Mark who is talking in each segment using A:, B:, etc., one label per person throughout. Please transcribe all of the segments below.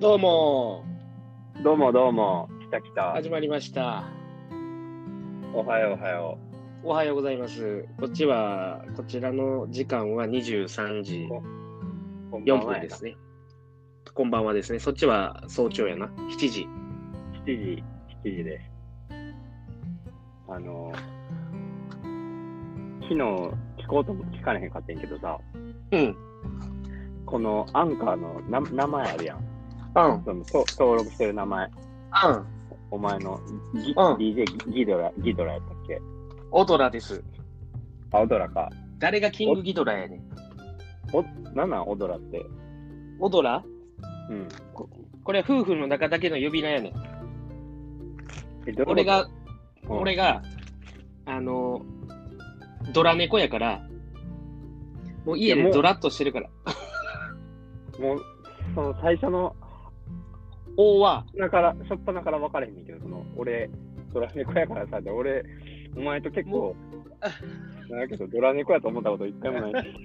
A: どうも
B: どうもどうも、来た来た。
A: 始まりました
B: おはようおはよ
A: おはようございますこっちはこちらの時間は23時
B: う。こんばん
A: 4
B: は
A: 分ですねこんばんはですねそっちは早朝やな7時
B: 7時、7時です。あの、昨日聞こうとも聞かれへんかってんけどさ、
A: うん
B: このアンカーのな名前あるやん。
A: あん
B: そのと登録してる名前。
A: あん
B: お前のギ、
A: うん
B: DJ ギドラ、ギドラやったっけ
A: オドラです
B: あ、オドラか。
A: 誰がキングギドラやねん
B: お、なんなんオドラって。
A: オドラ
B: うん。
A: これは夫婦の中だけの呼び名やねん
B: えどういうこと
A: 俺が、
B: うん
A: 俺があのドラ猫やからもう家
B: いやも
A: で
B: う
A: ドラっとしてるから
B: もう、その最初の
A: 王は
B: だから、しょっぱなから分からへんねんけど、その、俺、ドラ猫やからさ、で俺、お前と結
A: も
B: 構、なんけど、ドラ猫やと思ったこと一回もないし。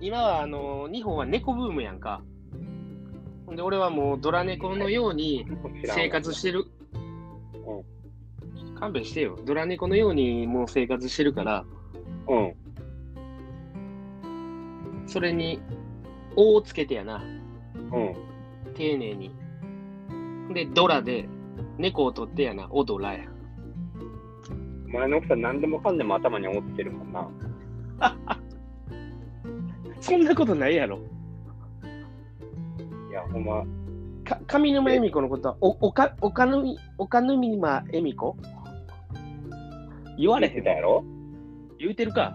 A: 今はあの日本は猫ブームやんか。ほんで俺はもうドラ猫のように 生活してる。勘弁してよ。ドラ猫のようにもう生活してるから、
B: うん。
A: それに「お」をつけてやな、
B: うん。
A: 丁寧に。で、ドラで猫を取ってやな、おドラや。
B: お前の奥さん何でもかんでも頭に覆ってるもんな。
A: そんなことないやろ。
B: いや、ほんま、
A: か上沼恵美子のことは、お、おか、おかぬみ、おかぬみま恵美子言われ
B: 言
A: へ
B: っ
A: ん
B: てたやろ
A: 言うてるか。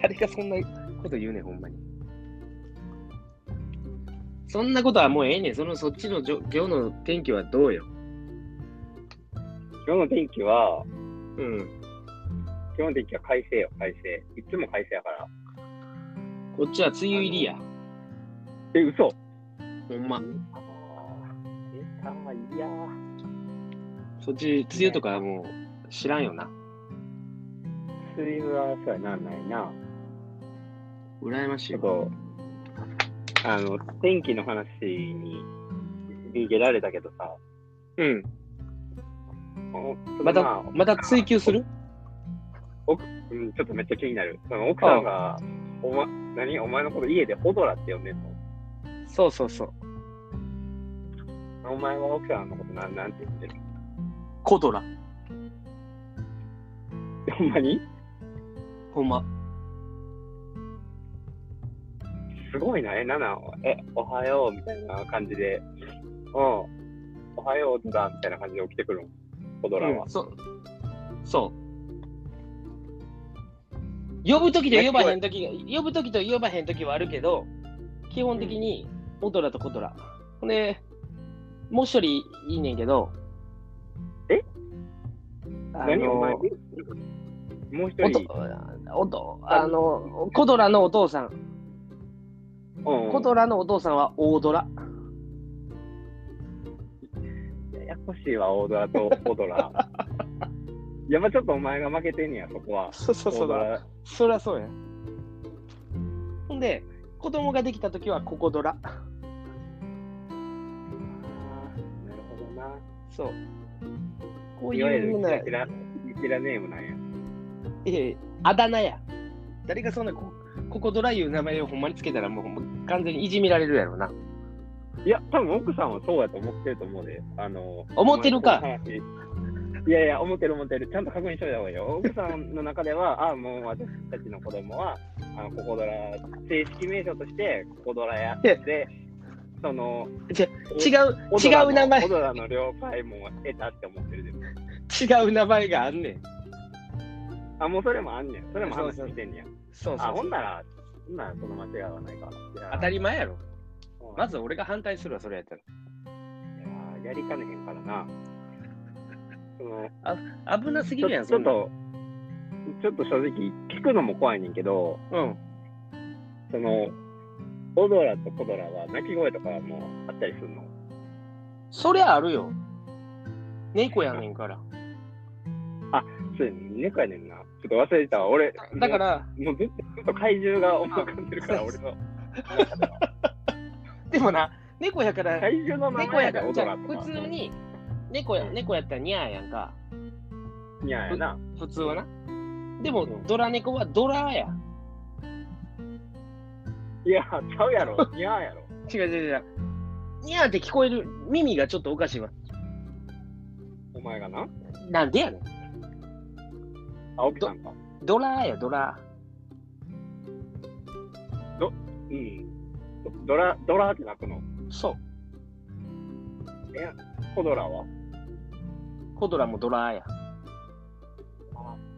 A: 誰がそんなこと言うねん、ほんまに。そんなことはもうええねん。そのそっちのじょ今日の天気はどうよ。
B: 今日の天気は、
A: うん。
B: 今日の天気は快晴よ、快晴。いつも快晴やから。
A: こっちは梅雨入りや。
B: え、嘘
A: ほんま。
B: あーえ、さんはいや
A: そっち、梅雨とかはもう知らんよな。
B: 水分はそうやなんないな。
A: 羨ましい
B: ち
A: わ。
B: ょっと、あの、天気の話に逃げられたけどさ、
A: うん。
B: お
A: また、
B: あ
A: また追求する
B: 奥うん、ちょっとめっちゃ気になる。その奥さんが、おま、何お前のこと家でオドラって呼んでん
A: そうそうそう。
B: のお前は奥さんのことなんなんて言ってる
A: コドラ。
B: ほんまに
A: ほんま。
B: すごいな、え、なな、え、おはようみたいな感じで、うん、おはようオドラみたいな感じで起きてくるの。オドラは。
A: うんそう。そう。呼ぶときと呼ばへんとき、呼ぶときと呼ばへんときはあるけど、基本的に、オドラとコトラ。ほんで、もう一人いいねんけど、
B: え
A: あ
B: 何お前
A: の、
B: もう一
A: おと
B: 人、、
A: おと、あの、コトラのお父さん、
B: うん
A: コトラのお父さんは大ドラ。
B: ややこしいわ、オドラとオ ドラ。いやっぱちょっとお前が負けてんねや、そこは。
A: そうそ
B: オドラ
A: そりゃそうや。ほんで、子供ができたときはココドラ。
B: なるほどな。
A: そう。こう
B: いわゆ
A: いうふう
B: るキ
A: な
B: ラキラ、キラネームなんや。
A: いやいやあだ名や。誰がそんなこ、ここドラいう名前をほんまにつけたらもうほんま完全にいじめられるやろうな。
B: いや、多分奥さんはそうやと思ってると思うで。あの、
A: 思ってるか
B: お前との話いやいや、思ってる思ってる。ちゃんと確認しといた方がいいよ。奥さんの中では、あもう私たちの子供は、あの、ココドラ、正式名称として、ココドラやって、その、
A: じゃ
B: お
A: 違う、
B: オドラ
A: 違
B: の
A: う名前
B: オ、ドラの了解も得たって思ってるで。
A: 違う名前があんねん。
B: あ、もうそれもあんねん。それも話
A: そうそう
B: してんねや。
A: そう
B: あ、
A: そう
B: ほんなら、ほんならその間違いはないか。じゃあ
A: 当たり前やろ。
B: うん
A: まず俺が反対するわ、それやった
B: いややりかねへんからな。その
A: ら。危なすぎるやん、
B: ち
A: そ
B: ょ
A: ん
B: っ
A: な。
B: と、ちょっと正直、聞くのも怖いねんけど、
A: うん。
B: その、オドラとコドラは鳴き声とかもあったりするの。
A: そりゃあるよ。猫やねんから。
B: そうやねん、猫やねんな。ちょっと忘れてたわ。俺、
A: だから、
B: もう、もうずっとずっと怪獣が思い浮かんでるから、
A: そう
B: 俺
A: そ
B: の中では。
A: でもな、猫やから、
B: 最初の名
A: 猫
B: 前
A: やか、
B: やからら、
A: じゃあ
B: 大人
A: 普
B: と
A: 通に、猫や、猫やったらニャーやんか、
B: か。いややな。
A: 普通はな。でも
B: う、ん
A: ドラ猫はドラーや。
B: いや、ちゃうやろ。 いややろ。
A: 違う違う違う。ニャーって聞こえる耳がちょっとおかしいわ。
B: お前がな。
A: なんでやねん。
B: 青木さんか。
A: ドラーや、ドラ
B: うん。ドラ、ドラって泣くの。
A: ー。そう。
B: コドラは
A: コドラもドラーや。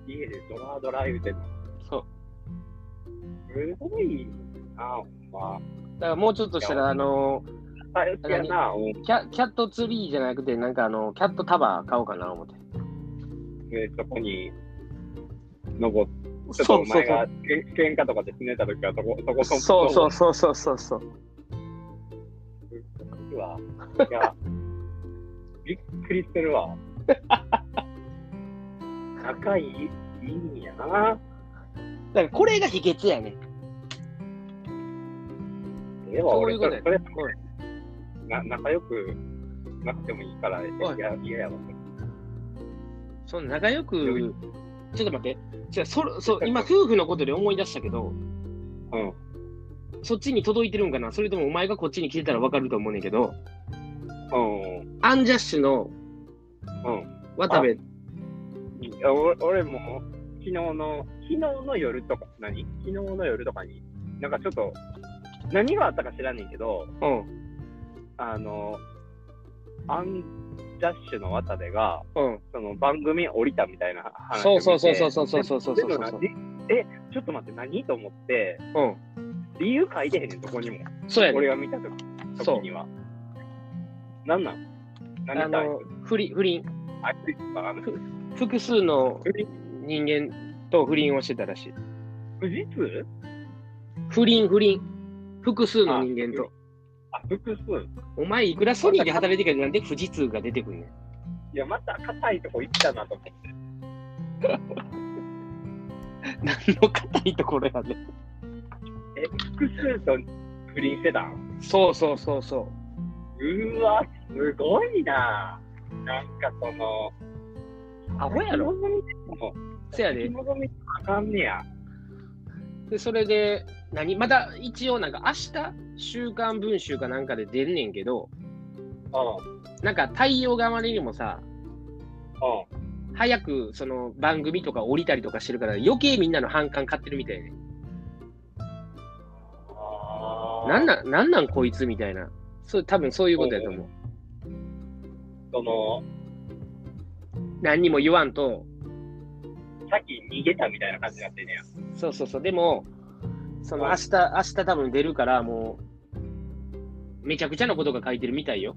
B: 家でドラドラ言うてんの。
A: そう。
B: すごいな、ほんま。
A: だからもうちょっとしたら、あの
B: あ、やつやな。うん
A: キャ、キャットツリーじゃなくて、なんかあの、キャットタワー買おうかな思って。
B: で、そこに、登って。ちょっと
A: そ
B: お
A: うそう
B: 前
A: そ
B: が
A: う。
B: け喧嘩とかで拗ねた時はそこ、そこ、
A: そうそうそうそうそうそう。
B: うわ。いや、びっくりして るわ。仲いい、いいんやな。
A: だからこれが秘訣やねん。
B: では
A: そうい
B: 俺
A: うこ
B: そ
A: と
B: れ
A: や
B: それ
A: ごめん
B: な仲良くなくてもいいから、い
A: おい
B: や、嫌やわ。
A: その仲良く、ちょっと待って、じゃあそそう今、夫婦のことで思い出したけど、
B: うん。
A: そっちに届いてるんかな、それともお前がこっちに来てたら分かると思うねんけど、
B: うん。
A: アンジャッシュの
B: うん。
A: 渡部、
B: いや俺俺も、昨日の、昨日の夜とか、何昨日の夜とかに、なんかちょっと、何があったか知らんねんけど、
A: うん、
B: あの、アンジャッシュの渡部が、
A: うん、
B: その番組降りたみたいな話
A: そ
B: を
A: うそうそう
B: 見て
A: そうそうそうそうそう
B: で
A: そう
B: でもなでえ、ちょっと待って、何と思って、
A: うん、
B: 理由書いてへんねん、どこにも。
A: そうやね
B: 俺が見たとき
A: そう
B: 時には。なんなん何
A: あ
B: だあい
A: の不倫不倫、
B: つあいつかあの
A: 複数の
B: 不倫
A: 人間と不倫をしてたらしい。
B: 富士通
A: 不倫、不倫、複数の人間と。
B: あ、複数。
A: お前、いくらソニーで働いてるけど、なんで富士通が出てくんねん。
B: いや、また硬いとこ行ったなと思って。
A: 何の硬いところやねん。
B: 複数と不倫してたん
A: そうそうそうそう。
B: うーわ、すごいななんかその、
A: アホやろ。
B: 紐組みでも
A: せやで。
B: 紐組みとかあかんねや。
A: で、それで、何まだ一応、なんか明日、週刊文集かなんかで出んねんけど、
B: うん、
A: なんか対応があまりにもさ、
B: う
A: 早くその番組とか降りたりとかしてるから、余計みんなの反感買ってるみたいね。
B: ん。あー
A: なんなん、なんなんこいつみたいな。そう、多分そういうことやと思う。
B: その、
A: 何にも言わんと。
B: さっき逃げたみたいな感じになってんねや。
A: そうそうそう。でも、その
B: うん
A: 明日、明日多分出るから、もう、めちゃくちゃなことが書いてるみたいよ。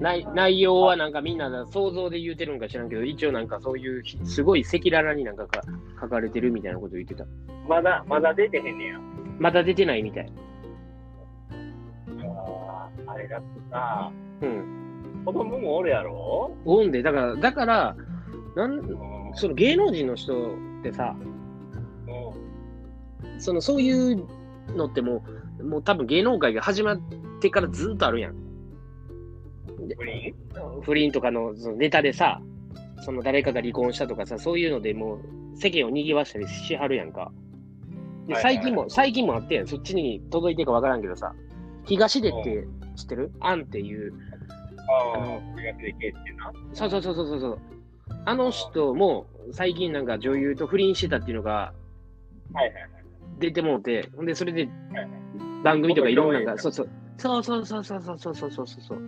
A: 内内容はなんかみんな想像で言うてるんか知らんけど、一応なんかそういうひすごい赤裸々になんかか書かれてるみたいなこと言ってた。
B: まだ、まだ出てへんねや。
A: まだ出てないみたい。
B: あーあれだってさ、
A: うん。
B: 子供もおるやろ
A: オンで、だから、だから、なん
B: うん。うん
A: その芸能人の人ってさ、そのそういうのってもう、もう多分芸能界が始まってからずっとあるやん。
B: 不倫
A: 不倫とかのそのネタでさ、その誰かが離婚したとかさ、そういうのでもう世間を賑わしたりしはるやんか。で
B: はいはい
A: 最近も、最近もあってやん、そっちに届いてるかわからんけどさ、東出って知ってるアンっていう、
B: あ
A: あ
B: あ
A: の、
B: 苦手でけってな。
A: そうそうそうそうそうそう、あの人も最近なんか女優と不倫してたっていうのが
B: はいはいはい。
A: 出てもうて、ほんでそれで
B: はいはい
A: 番組とかいろんなのが、そ
B: そう
A: そう、そうそうそうそうそうそうそうそうそう。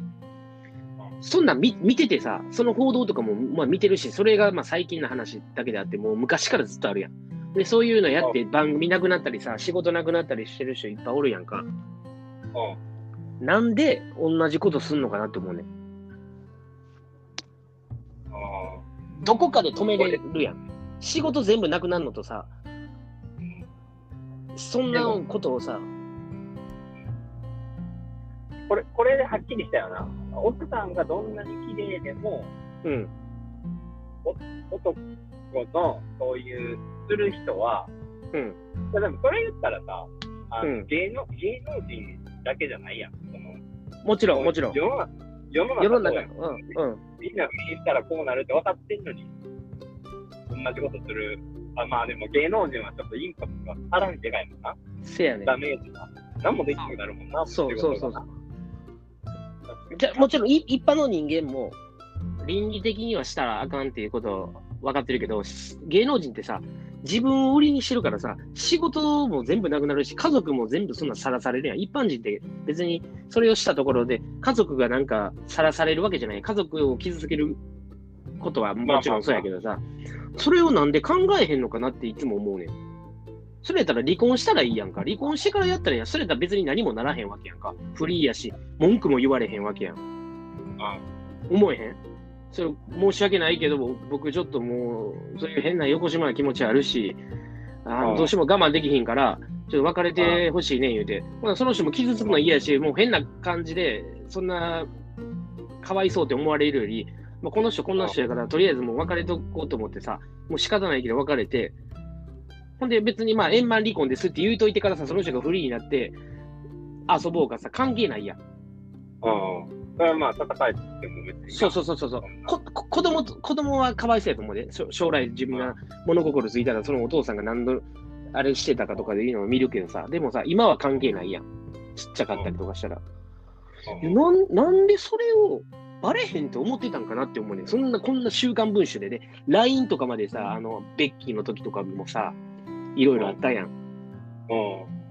A: そんなん見見ててさ、その報道とかも、まあ、見てるし、それがまあ最近の話だけであって、もう昔からずっとあるやん。で、そういうのやって番組なくなったりさ、仕事なくなったりしてる人いっぱいおるやんか。
B: う
A: なんで同じことすんのかなって思うね。
B: ん。あ
A: どこかで止めれるやん。仕事全部なくなるのとさ、そんなことをさ、
B: ーこれ、これではっきりしたよな。奥さんがどんなに綺麗でも、
A: うん、
B: 男のそういう、する人は、
A: うん、
B: いやでもそれ言ったらさ、あ
A: うん
B: 芸能芸能人だけじゃないやん。その
A: もちろん、もちろん。
B: 世の中、世の中
A: 世の中、
B: そうやん
A: うん、うん。
B: みんな不倫したらこうなるって分かってんのに、同じことする。あまあでも芸能人はちょっとインパクトがさらにでかいもんな。
A: せやねん
B: ダ。メージが。何もできなくなるもんな。
A: そう
B: 仕事が
A: そうそう
B: な
A: じゃあもちろんい一般の人間も倫理的にはしたらあかんっていうこと分かってるけどし芸能人ってさ自分を売りにしてるからさ仕事も全部なくなるし家族も全部そんなさらされるやん一般人って別にそれをしたところで家族がなんかさらされるわけじゃない家族を傷つけることはもちろんそうやけどさそれをなんで考えへんのかなっていつも思うねんそれやったら離婚したらいいやんか離婚してからやったらいいやんそれやったら別に何もならへんわけやんかフリーやし文句も言われへんわけやん
B: うん
A: 思えへんそれ申し訳ないけど僕ちょっともうそういう変なよこしまな気持ちあるしあ
B: う
A: の
B: ん
A: どうしても我慢できひんからちょっと別れてほしいねん言うて、ほなその人も傷つくの嫌やしもう変な感じでそんなかわいそうって思われるより、まあ、この人こんな人やからとりあえずもう別れとこうと思ってさもう仕方ないけど別れてほんで別にまあ円満離婚ですって言うといてからさその人がフリーになって遊ぼうかさ関係ないやん
B: うん。だからまあ、戦えても別に。
A: そうそうそうそうそう
B: うん
A: ここ子供と子供はかわいそうやと思うでしょ将来自分が物心ついたらそのお父さんが何度あれしてたかとかでいいのを見るけどさでもさ今は関係ないやんちっちゃかったりとかしたら、
B: うん
A: なんなんでそれをバレへんと思ってたんかなって思うねんそんなこんな「週刊文春」でね LINE とかまでさあのベッキーの時とかもさいろいろあったやん
B: うん。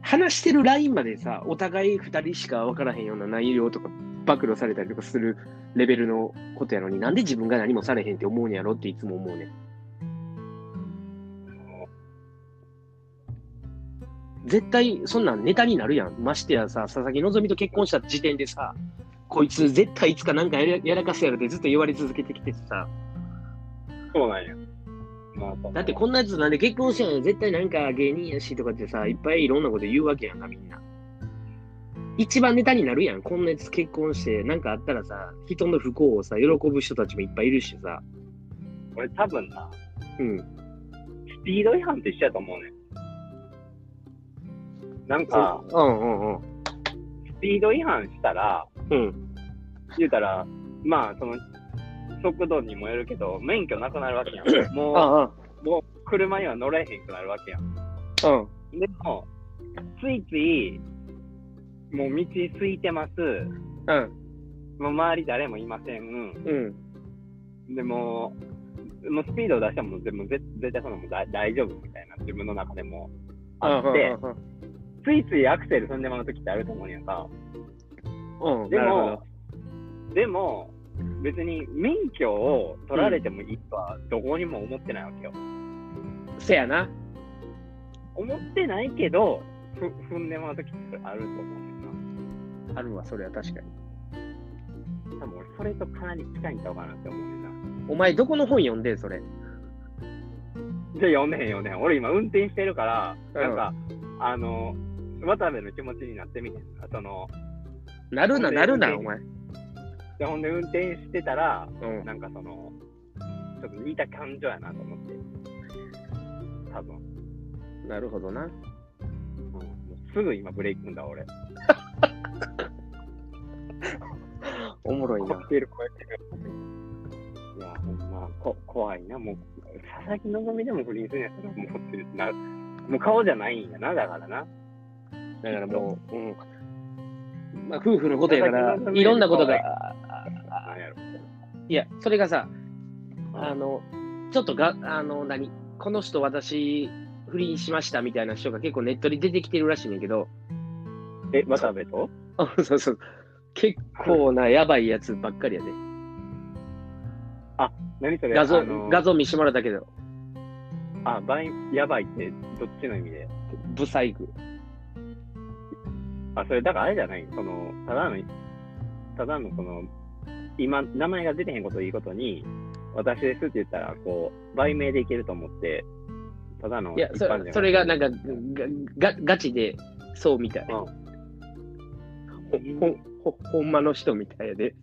A: 話してる LINE までさお互い2人しか分からへんような内容とか暴露されたりとかするレベルのことやのになんで自分が何もされへんって思うんやろっていつも思うねん絶対そんなんネタになるやんましてやさ佐々木希と結婚した時点でさこいつ絶対いつかなんかやらやらかすやろってずっと言われ続けてきてさ
B: そうなんや。まあそう
A: だってこんなやつなんで結婚してんの絶対なんか芸人やしとかってさ、いっぱいいろんなこと言うわけやんか、みんな。一番ネタになるやん。こんなやつ結婚して、なんかあったらさ、人の不幸をさ、喜ぶ人たちもいっぱいいるしさ。
B: 俺多分な、
A: うん。
B: スピード違反と一緒やと思うねん。なんか、
A: うんうんうん。
B: スピード違反したら、
A: うん。
B: 言うたら、まあ、その、速度にもよるけど、免許なくなるわけや ん。
A: あ
B: も
A: あ、
B: う、もう、車には乗れへんくなるわけやん。
A: うん。
B: でも、ついつい、もう道空いてます。
A: うん。
B: もう周り誰もいません。
A: うん。
B: でもう、もうスピードを出したらもう、でも絶絶対そんなもんだ大丈夫みたいな、自分の中でも。あって、ついついアクセル踏んでもらう時ってあると思うんやんか。
A: うん。
B: で
A: なるほ
B: も、でも、別に免許を取られてもいいとは、どこにも思ってないわけよ。
A: ど。せやな。
B: 思ってないけど、ふ踏んでもらうときってあると思うんだよ
A: あるわ、それは確かに。
B: な。多分俺、それとかなり近いんちゃうかなって思うんだよな。
A: お前、どこの本読んでんそれ。
B: じゃあ、読んでへん読んでへん。俺、今、運転してるから、
A: うん
B: なんか、あの、渡部の気持ちになってみてんな。その、
A: なるな、
B: 運転
A: なるな、お前。
B: でほんで運転してたら、
A: うん。
B: なんかその、ちょっと似た感情やなと思って。多分。
A: なるほどな。
B: うんもうすぐ今ブレーキ踏んだ俺。
A: おもろい
B: こ
A: な。
B: ってる、こってる。いや、ほんま、こ怖いな。もう、佐々木希でも不倫するんやったら、もうってるな。もう顔じゃないんやな、だからな。
A: だからもう、うん。まあ、夫婦のことやから
B: なんか、
A: いろんなことが
B: なん、
A: ああ
B: なんやろ。
A: いや、それがさ、あの、ちょっとが、あの、何、この人私、不倫しましたみたいな人が結構ネットに出てきてるらしいねんけど、
B: え、渡部と
A: あそうそう、結構なやばいやつばっかりやで。
B: 何それ
A: 画像
B: あ、の
A: 画像見してもらったけど、
B: あ、バイやばいって、どっちの意味で
A: ブサイク。
B: あ、それ、だからあれじゃないその、ただの、ただの、その、今、名前が出てへんことをいいことに、私ですって言ったら、こう、売名でいけると思って、ただの
A: いや、そ
B: 一般人
A: それがなんか、ががガチで、そうみたい。ほほほほんまの人みたいやで。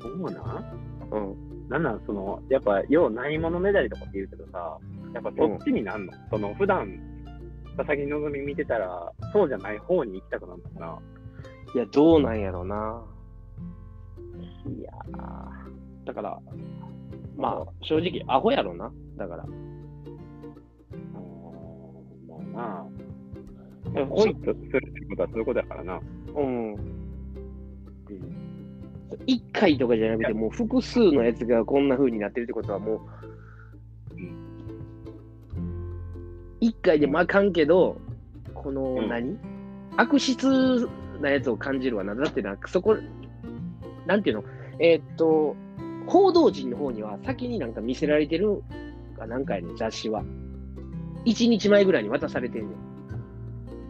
B: そうなん
A: うん。
B: なんなんその、やっぱ、よう何者ねだりとかって言うけどさ、やっぱどっちになんの、その、普段、佐々木希見てたら、そうじゃない方に行きたくなるかな。
A: いや、どうなんやろうな。
B: いや
A: だから、まあ、正直、アホやろな。だから。
B: ー、うーんまあなあ。ホイッとするってことはそういうことやからな。
A: うん。一回とかじゃなくて、もう複数のやつがこんな風になってるってことは、もう
B: うん、
A: 一回でもあかんけど、この
B: うん
A: 何、悪質なやつを感じるわな。だってな、そこ、なんていうのえーっと、報道陣の方には先になんか見せられてるかなんかやねん雑誌は。一日前ぐらいに渡されてんねん。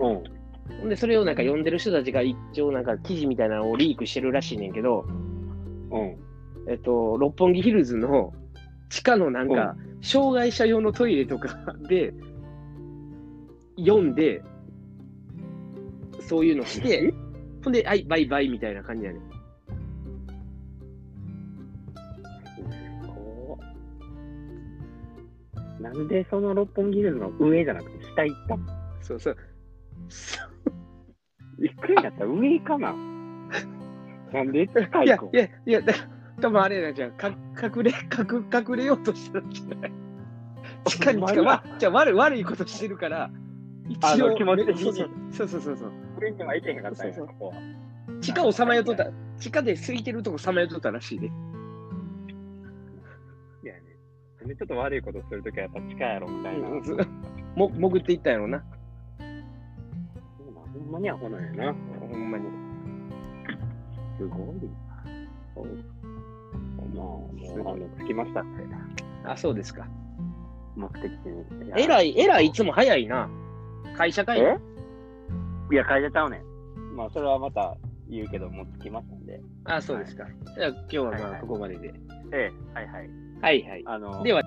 B: うん。
A: ほんで、それをなんか読んでる人たちが一応なんか記事みたいなのをリークしてるらしいねんけど、
B: うん。
A: えっと、六本木ヒルズの地下のなんか、障害者用のトイレとか で、読んで、そういうのして、ほんで、はい、バイバイみたいな感じやねん。
B: こうなんでその六本木ヒルズの上じゃなくて下行った
A: そうそう。そ
B: びっくりだったら上かななんで近
A: うい
B: い
A: や、
B: 子
A: いや、いや、だ多分あれやな、じゃあ、か隠れ、隠隠れようとしたんじゃない 地下に
B: ほんま
A: 近
B: や
A: い、わじゃあ悪い、悪いことしてるから、
B: あ
A: 一
B: の
A: 応、
B: 気持ち的に
A: そうそうそうそう。
B: 上には行けへんかったんや
A: そう
B: こ
A: そ
B: こは
A: 地下をさまよっとった、地下で空いてるとこさまよっとったらしいね。
B: いやねなんでちょっと悪いことするときはやっぱ近いやろみたいな、
A: うんも潜っていったんやろな。
B: そうなんほんまにアホなんやな
A: ほんまに。
B: すごいなそうまあもうあの着きましたって
A: あ、そうですか。
B: 目的地に
A: えらい、えらい、いつも早いな。会社会
B: えいや会社ちゃうねんまあそれはまた言うけどもう着きましたんで
A: あ、そうですか。じゃあ今日は
B: はい
A: ま
B: は
A: あ
B: い
A: ここまでで。
B: ええはいはい
A: はいはい。
B: あの
A: では